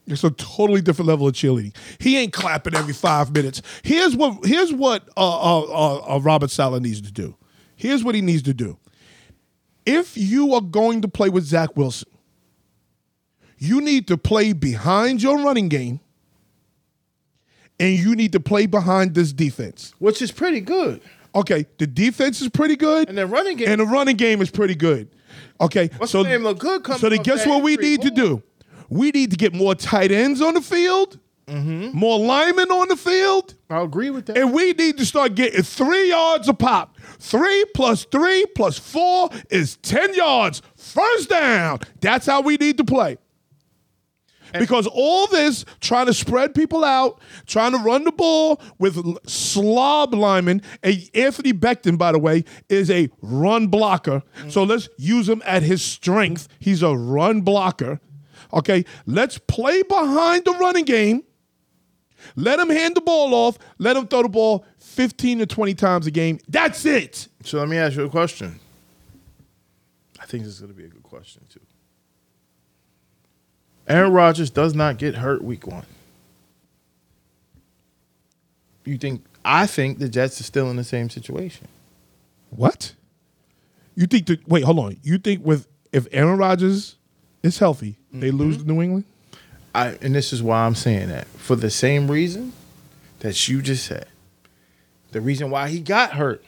It's a totally different level of cheerleading. He ain't clapping every five minutes. Here's what here's what uh, uh, uh, uh, Robert Sala needs to do. Here's what he needs to do. If you are going to play with Zach Wilson, you need to play behind your running game, and you need to play behind this defense. which is pretty good. Okay, the defense is pretty good, And the running game- and the running game is pretty good. Okay, What's so his name look good coming So then, off guess that what we injury. need to do? We need to get more tight ends on the field, Mm-hmm. more linemen on the field, I agree with that. and we need to start getting three yards a pop. Three plus three plus four is ten yards. First down. That's how we need to play. Because all this trying to spread people out, trying to run the ball with l- slob linemen, and Anthony Beckton, by the way, is a run blocker. So let's use him at his strength. He's a run blocker. Okay, let's play behind the running game. Let him hand the ball off. Let him throw the ball 15 to 20 times a game. That's it. So let me ask you a question. I think this is going to be a good question too. Aaron Rodgers does not get hurt week one. You think? I think the Jets are still in the same situation. What? You think that wait, hold on. You think with if Aaron Rodgers is healthy, they lose to New England? I and this is why I'm saying that for the same reason that you just said. The reason why he got hurt.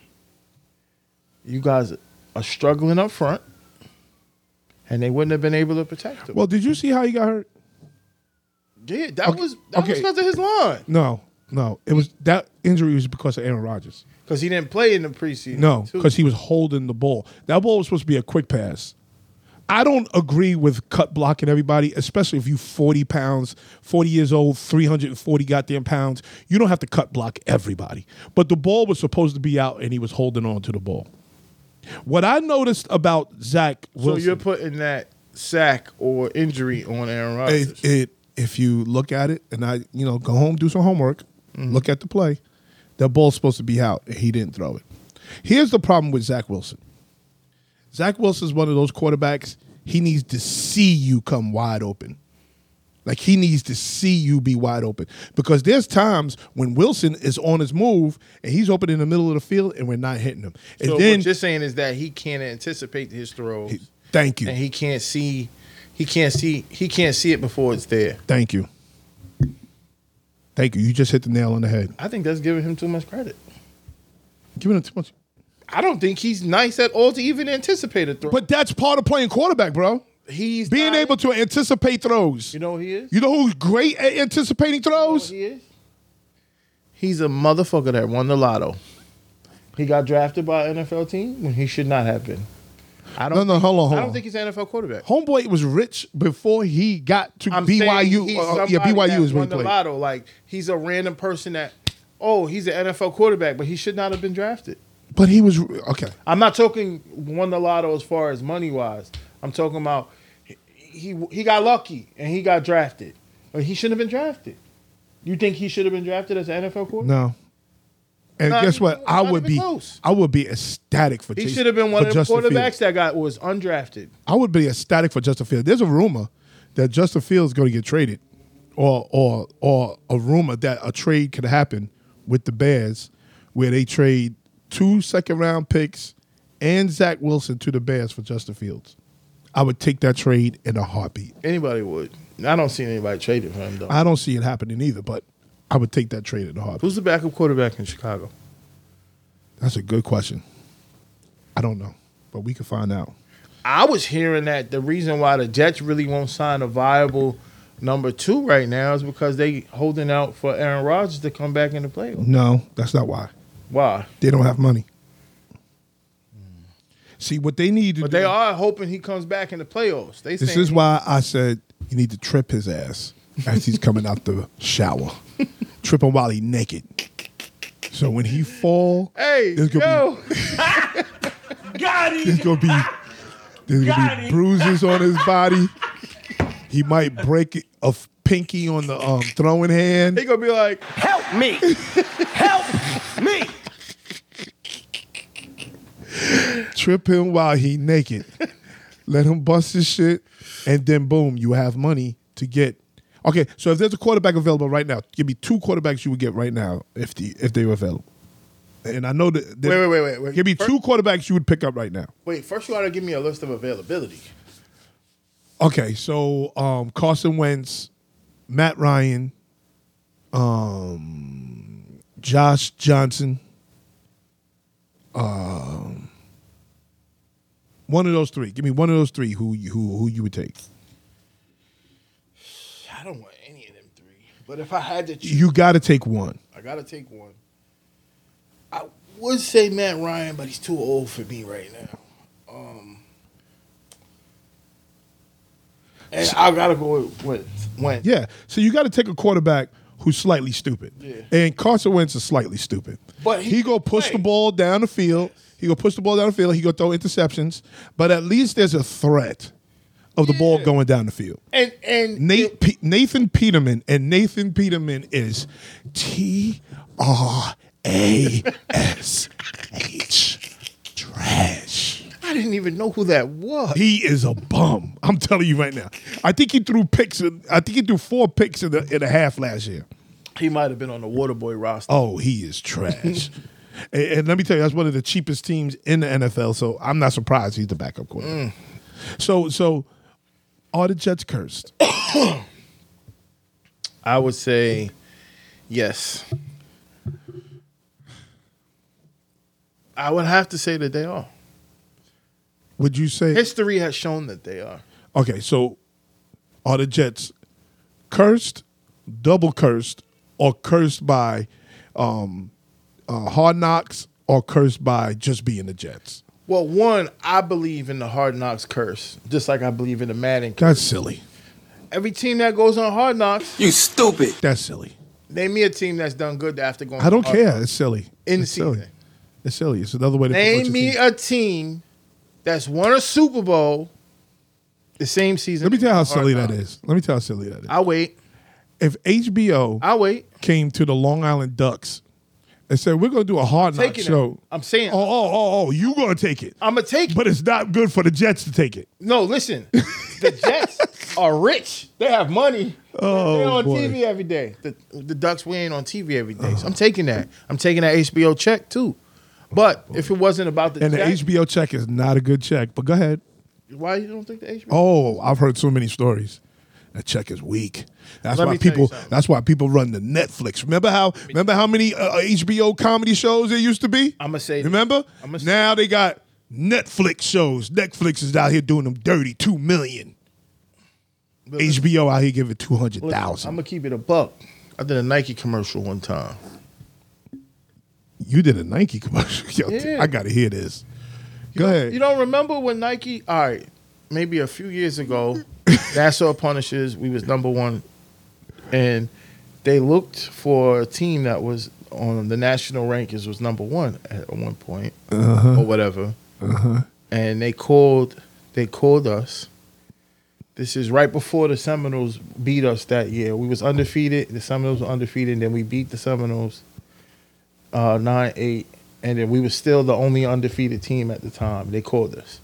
You guys are struggling up front, and they wouldn't have been able to protect him. Well, did you see how he got hurt? Yeah, that Okay, was that was okay. because of his line. No, no. It was that injury was because of Aaron Rodgers. Because he didn't play in the preseason. No, too. because he was holding the ball. That ball was supposed to be a quick pass. I don't agree with cut blocking everybody, especially if you 40 pounds, 40 years old, 340 goddamn pounds. You don't have to cut block everybody. But the ball was supposed to be out and he was holding on to the ball. What I noticed about Zach So Wilson. you're putting that sack or injury on Aaron Rodgers. it, it if you look at it and I you know go home do some homework, Mm-hmm. look at the play. That ball's supposed to be out. and He didn't throw it. Here's the problem with Zach Wilson. Zach Wilson's one of those quarterbacks. He needs to see you come wide open. Like he needs to see you be wide open because there's times when Wilson is on his move and he's open in the middle of the field and we're not hitting him. And so then what you're saying is that he can't anticipate his throws. thank you, And he can't see he can't see he can't see it before it's there. thank you, thank you. You just hit the nail on the head. I think that's giving him too much credit. Giving him too much. I don't think he's nice at all to even anticipate a throw. But that's part of playing quarterback, bro. he's Being not- able to anticipate throws. You know who he is? You know who's great at anticipating You know throws? who he is? He's a motherfucker that won the lotto. He got drafted by an NFL team when he should not have been. I don't No, no, hold on, hold I don't on. think he's an NFL quarterback. Homeboy was rich before he got to I'm saying BYU. he's Uh, yeah, somebody BYU that is when won he the played. lotto. Like he's a random person that, oh, he's an NFL quarterback, but he should not have been drafted. But he was okay. I'm not talking won the lotto as far as money wise. I'm talking about he he, he got lucky and he got drafted, but he shouldn't have been drafted. You think he should have been drafted as an NFL quarterback? No. And Not guess even what? close, I not would even be close. I would be ecstatic for He Jason- should have been one for of the Justin quarterbacks Fields. that got was undrafted. I would be ecstatic for Justin Fields. There's a rumor that Justin Fields is going to get traded, or or or a rumor that a trade could happen with the Bears where they trade two second round picks and Zach Wilson to the Bears for Justin Fields. I would take that trade in a heartbeat. Anybody would. I don't see anybody trading for him though. I don't see it happening either, but I would take that trade in a heartbeat. Who's the backup quarterback in Chicago? That's a good question. I don't know, but we could find out. I was hearing that the reason why the Jets really won't sign a viable number two right now is because they holding out for Aaron Rodgers to come back in the playoffs. No, that's not why. Why? They don't have money. See what they need to But do. they are hoping he comes back in the playoffs. They This saying- is why I said you need to trip his ass as he's coming out the shower. trip him while he naked. So when he fall, Hey, there's gonna yo, Got be him. there's gonna be there's Got gonna be him. bruises on his body. He might break a f- pinky on the um, throwing hand. they gonna be like, Help me. Help me. trip him while he naked. Let him bust his shit, and then boom, you have money to get. Okay, so if there's a quarterback available right now, give me two quarterbacks you would get right now if the if they were available. And I know that. that- Wait, wait, wait, wait, wait. Give me two quarterbacks you would pick up right now. wait, first you gotta give me a list of availability. Okay, so um, Carson Wentz, Matt Ryan, um, Josh Johnson, um, one of those three. Give me one of those three who you- who who you would take. I don't want any of them three. But if I had to choose, You got to take one. I gotta take one. I would say Matt Ryan, but he's too old for me right now. Um, and I gotta go with with Wentz. Yeah, so you got to take a quarterback who's slightly stupid. Yeah. And Carson Wentz is slightly stupid. But he, he go can push play. the ball down the field. He go push the ball down the field. He go throw interceptions. But at least there's a threat of the ball going down the field. And and Nate, Pe- Nathan Peterman, and Nathan Peterman is T R A S H trash. I didn't even know who that was. He is a bum. I'm telling you right now. I think he threw picks. In, I think he threw four picks in the in a half last year. He might have been on the Waterboy roster. Oh, he is trash. and, and let me tell you, that's one of the cheapest teams in the NFL. So I'm not surprised he's the backup quarterback. So so are the Jets cursed? I would say yes. I would have to say that they are. Would you say History has shown that they are. Okay, so are the Jets cursed, double cursed, or cursed by um, uh, hard knocks, or cursed by just being the Jets? Well, one, I believe in the Hard Knocks curse, just like I believe in the Madden. curse. That's silly. Every team that goes on Hard Knocks, You stupid. That's silly. name me a team that's done good after going. I don't on Hard care. Knocks. It's silly. In it's season. silly. It's silly. It's another way to put what Name you me think. a team that's won a Super Bowl the same season. Let me tell you how as Hard silly that Knocks. is. Let me tell you how silly that is. I wait. If HBO I wait. came to the Long Island Ducks and said, "We're going to do a hard knock Taking it. show," I'm saying- "Oh, oh, oh, oh, you going to take it?" I'm gonna take. But it's not good for the Jets to take it. No, listen. The Jets are rich. They have money. Oh, They're on boy. TV every day. The, the Ducks win on TV every day. So I'm taking that. I'm taking that HBO check too. But if it wasn't about the And the Jets, HBO check is not a good check, but go ahead. why you don't think the HBO? Oh, I've heard so many stories. That check is weak. That's Let why me tell you people. something. That's why people run to Netflix. Remember how? Remember how many uh, HBO comedy shows there used to be? I'ma say this. Remember? I'ma say- now they got Netflix shows. Netflix is out here doing them dirty two million. HBO out here giving two hundred I'm thousand. gonna keep it a buck. I did a Nike commercial one time. You did a Nike commercial. Yo, Yeah. I gotta hear this. Go ahead. You don't remember when Nike? All right, maybe a few years ago, Nassau Punishers. We was number one, and they looked for a team that was on the national rankings was number one at one point or whatever. And they called. They called us. This is right before the Seminoles beat us that year. We was undefeated. The Seminoles were undefeated, and then we beat the Seminoles uh, nine eight, and then we were still the only undefeated team at the time. They called us,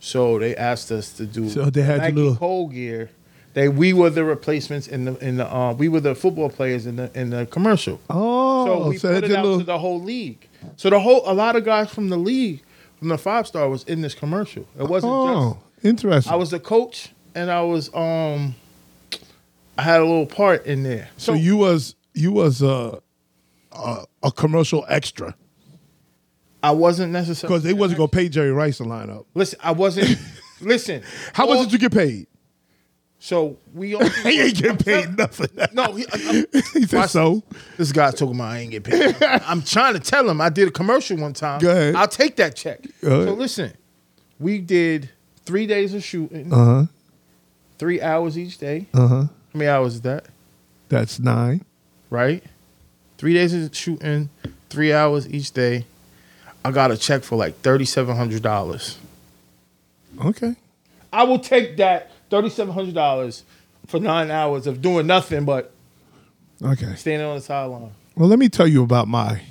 so they asked us to do So they had your Nike little- cold gear They we were the replacements in the in the uh, we were the football players in the in the commercial. Oh, so we put that it did a out little- to the whole league. So the whole a lot of guys from the league from the five star was in this commercial. It wasn't oh, interesting. just I was the coach and I was um I had a little part in there. so you was you was uh, a a commercial extra I wasn't necessarily because they wasn't gonna pay Jerry Rice to line up. listen. I wasn't listen. How all- much did you get paid? So we all He ain't getting paid nothing. no. He, I, I, he said Watch so. This guy talking about I ain't get paid. I'm trying to tell him I did a commercial one time. Go ahead. I'll take that check. Go ahead. So listen, we did three days of shooting, Uh huh. three hours each day. Uh huh. How many hours is that? That's nine. Right? Three days of shooting, three hours each day. I got a check for like thirty seven hundred dollars. Okay. I will take that thirty seven hundred dollars for nine hours of doing nothing but Okay. standing on the sideline. Well, let me tell you about my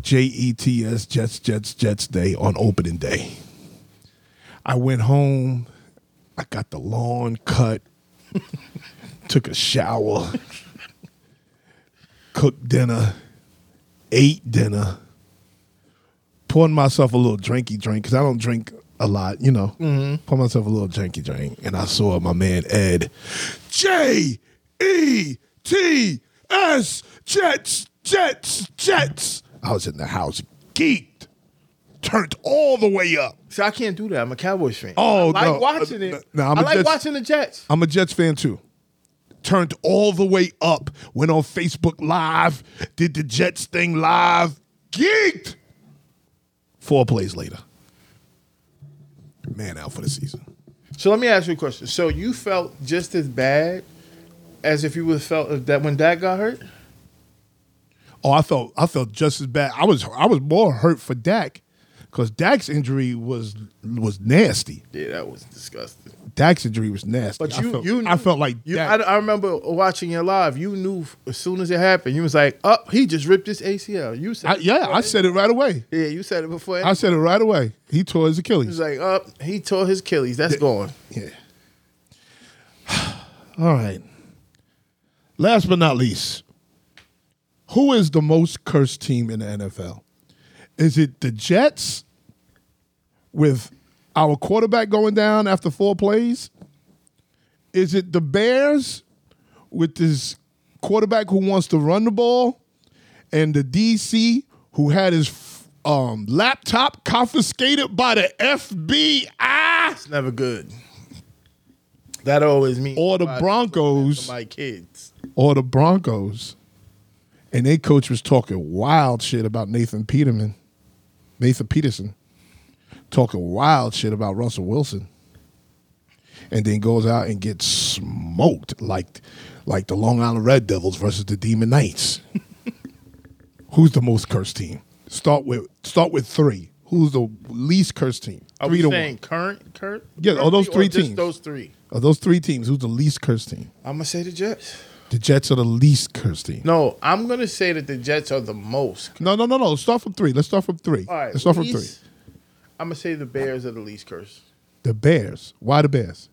J E T S Jets Jets Jets Day on opening day. I went home. I got the lawn cut. took a shower. cooked dinner. Ate dinner. Poured myself a little drinky drink because I don't drink a lot, you know. Poured myself a little drinky drink, and I saw my man Ed J E T S Jets Jets Jets. I was in the house geeked, turned all the way up. See, I can't do that. I'm a Cowboys fan. Oh, I like no. watching it. Uh, no, I'm I a like Jets- watching the Jets. I'm a Jets fan too. Turned all the way up, went on Facebook Live, did the Jets thing live, geeked. Four plays later, man out for the season. So let me ask you a question. So you felt just as bad as if you would have felt if that when Dak got hurt? Oh, I felt I felt just as bad. I was I was more hurt for Dak because Dak's injury was was nasty. Yeah, that was disgusting. Dak's injury was nasty. But I you, felt, you, I knew- felt like you, I, Dak- I remember watching your live. You knew f- as soon as it happened. You was like, "Oh, he just ripped his ACL." You said, I- it yeah, before- I said it right away. yeah, you said it before. I I said it right away. He tore his Achilles. was like, "Up, he tore his Achilles. That's gone." Yeah. All right. Last but not least, who is the most cursed team in the NFL? Is it the Jets with our quarterback going down after four plays? Is it the Bears with this quarterback who wants to run the ball and the DC who had his um, laptop confiscated by the FBI? It's never good. That always means or the somebody- Broncos my kids. or the Broncos. And their coach was talking wild shit about Nathan Peterman, Nathan Peterson, talking wild shit about Russell Wilson. And then goes out and gets smoked like like the Long Island Red Devils versus the Demon Knights. Who's the most cursed team? Start with start with three. Who's the least cursed team? Are three we to saying one. current, current? Yeah, all those currently or three just teams. Those three. Of those three teams, who's the least cursed team? I'm gonna say the Jets. The Jets are the least cursed team. No, I'm gonna say that the Jets are the most. No, no, no, no. Start from three. Let's start from three. All right, Let's start from three. least- I'm gonna say the Bears are the least cursed The Bears. Why the Bears?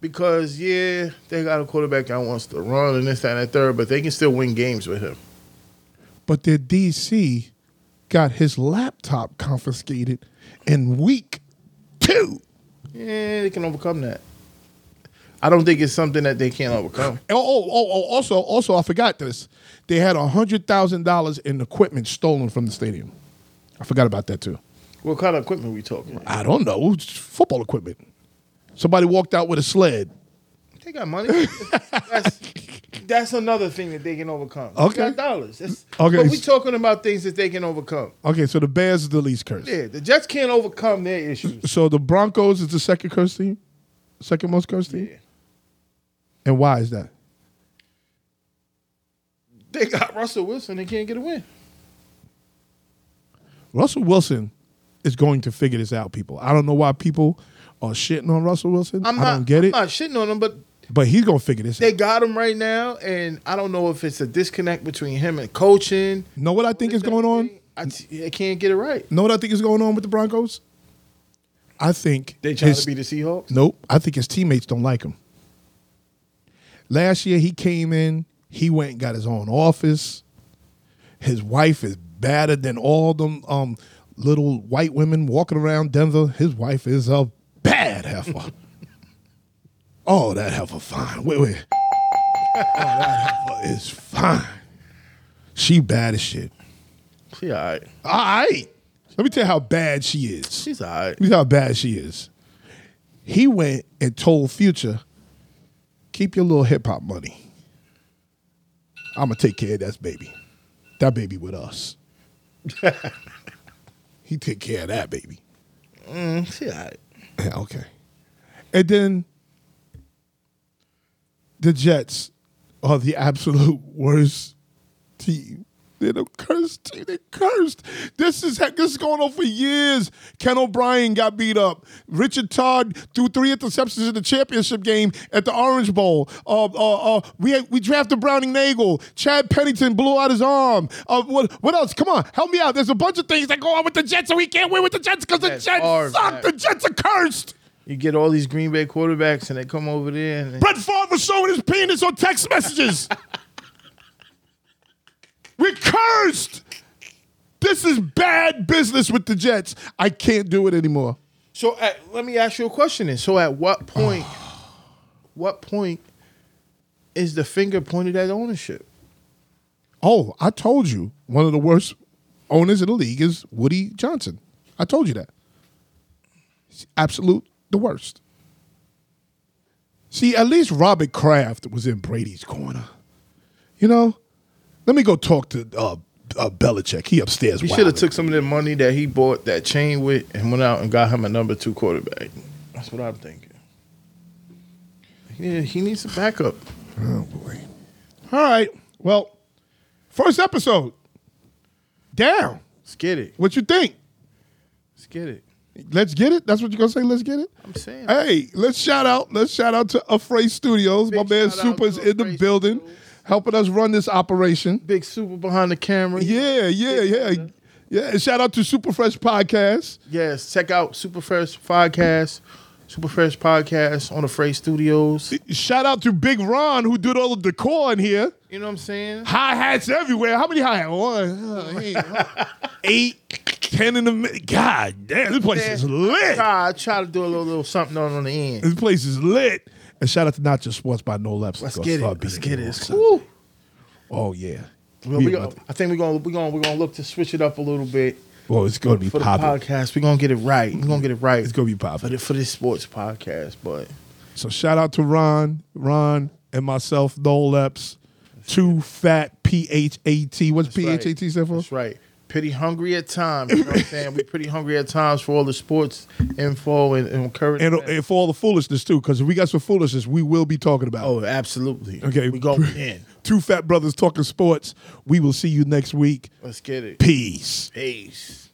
because yeah, they got a quarterback that wants to run and this that, and that third, but they can still win games with him. But their DC got his laptop confiscated in week two. Yeah, they can overcome that. I don't think it's something that they can't overcome. Oh, oh, oh, oh also, also, I forgot this. They had hundred thousand dollars in equipment stolen from the stadium. I forgot about that too. What kind of equipment we talking? I don't know. It's football equipment. Somebody walked out with a sled. They got money. that's, that's another thing that they can overcome. They Okay. got dollars. That's, Okay. But we talking about things that they can overcome. Okay, so the Bears is the least cursed. Yeah, the Jets can't overcome their issues. So the Broncos is the second cursed team, second most cursed team. Yeah. And why is that? They got Russell Wilson. They can't get a win. Russell Wilson is going to figure this out, people. I don't know why people are shitting on Russell Wilson. I'm I not, don't get it, I'm not shitting on them, but but he's going to figure this they out. got him right now, and I don't know if it's a disconnect between him and coaching. Know what I think is going on? I, t- I can't get it right. Know what I think is going on with the Broncos? I think They trying his- to be the Seahawks. Nope. I think his teammates don't like him. Last year he came in, he went and got his own office. His wife is badder than all them um, little white women walking around Denver. His wife is a bad heifer. oh, that heifer fine. Wait, wait. Oh, that heifer is fine. She bad as shit. She all right. All right. Let me tell you how bad she is. She's all right. Let me tell you how bad she is. He went and told Future, keep your little hip hop money. I'ma take care of that baby. That baby with us. he take care of that baby. Mm, She all right. Yeah, okay. And then the Jets are the absolute worst team. They're the cursed team. They're cursed. This is this is going on for years. Ken O'Brien got beat up. Richard Todd threw three interceptions in the championship game at the Orange Bowl. Uh, uh, uh, we had, we drafted Browning Nagel. Chad Pennington blew out his arm. Uh, what what else? Come on, help me out. There's a bunch of things that go on with the Jets, and we can't win with the Jets because the Jets Jets are suck. bad. The Jets are cursed. You get all these Green Bay quarterbacks and they come over there and Brett Favre was showing his penis on text messages. We're cursed. This is bad business with the Jets. I can't do it anymore. So at, let me ask you a question. Then. So at what point? what point is the finger pointed at ownership? Oh, I told you one of the worst owners in the league is Woody Johnson. I told you that. It's absolute the worst. See, at least Robert Kraft was in Brady's corner. You know, let me go talk to uh, uh, Belichick. He upstairs. He should have wilding. took some of the money that he bought that chain with and went out and got him a number two quarterback. That's what I'm thinking. Yeah, he needs a backup. Oh boy. All right. Well, first episode. Down. Let's get it. What you think? Let's get it. Let's get it. That's what you're gonna say. Let's get it. I'm saying. Hey, let's shout out. Let's shout out to Afraid Studios. My Big man shout out Super is to in the Afraid building, Studios. helping us run this operation. Big super behind the camera. Yeah, yeah, yeah, yeah. And shout out to Super Fresh Podcast. Yes. Check out Superfresh Podcast. Superfresh Podcast on the Frey Studios. Shout out to Big Ron who did all the decor in here. You know what I'm saying? High hats everywhere. How many high hats? One, uh, eight, eight, ten in the mi- God damn, this place is lit. Try, I try to do a little, little something on, on the end. This place is lit. And shout out to Nacho Sports by No Laps. Let's Go get it. start Let's beating get it. on It's- Sunday. Woo. Oh yeah. Well, We we about gonna, I think we're gonna we're gonna we're gonna look to switch it up a little bit Well, oh, it's gonna be for the popping. podcast. We're gonna get it right. We're gonna get it right. It's gonna be for popping. the, for this sports podcast. But So shout out to Ron, Ron, and myself, No Laps. Two fat P H A T. What's P H A T stand for? that's right. Pretty hungry at times. You know what I'm saying? We're pretty hungry at times for all the sports info and, and current. And, events. and for all the foolishness too, because if we got some foolishness, we will be talking about. it. oh, absolutely. Okay. we going in. Two fat brothers talking sports. We will see you next week. Let's get it. Peace. Peace.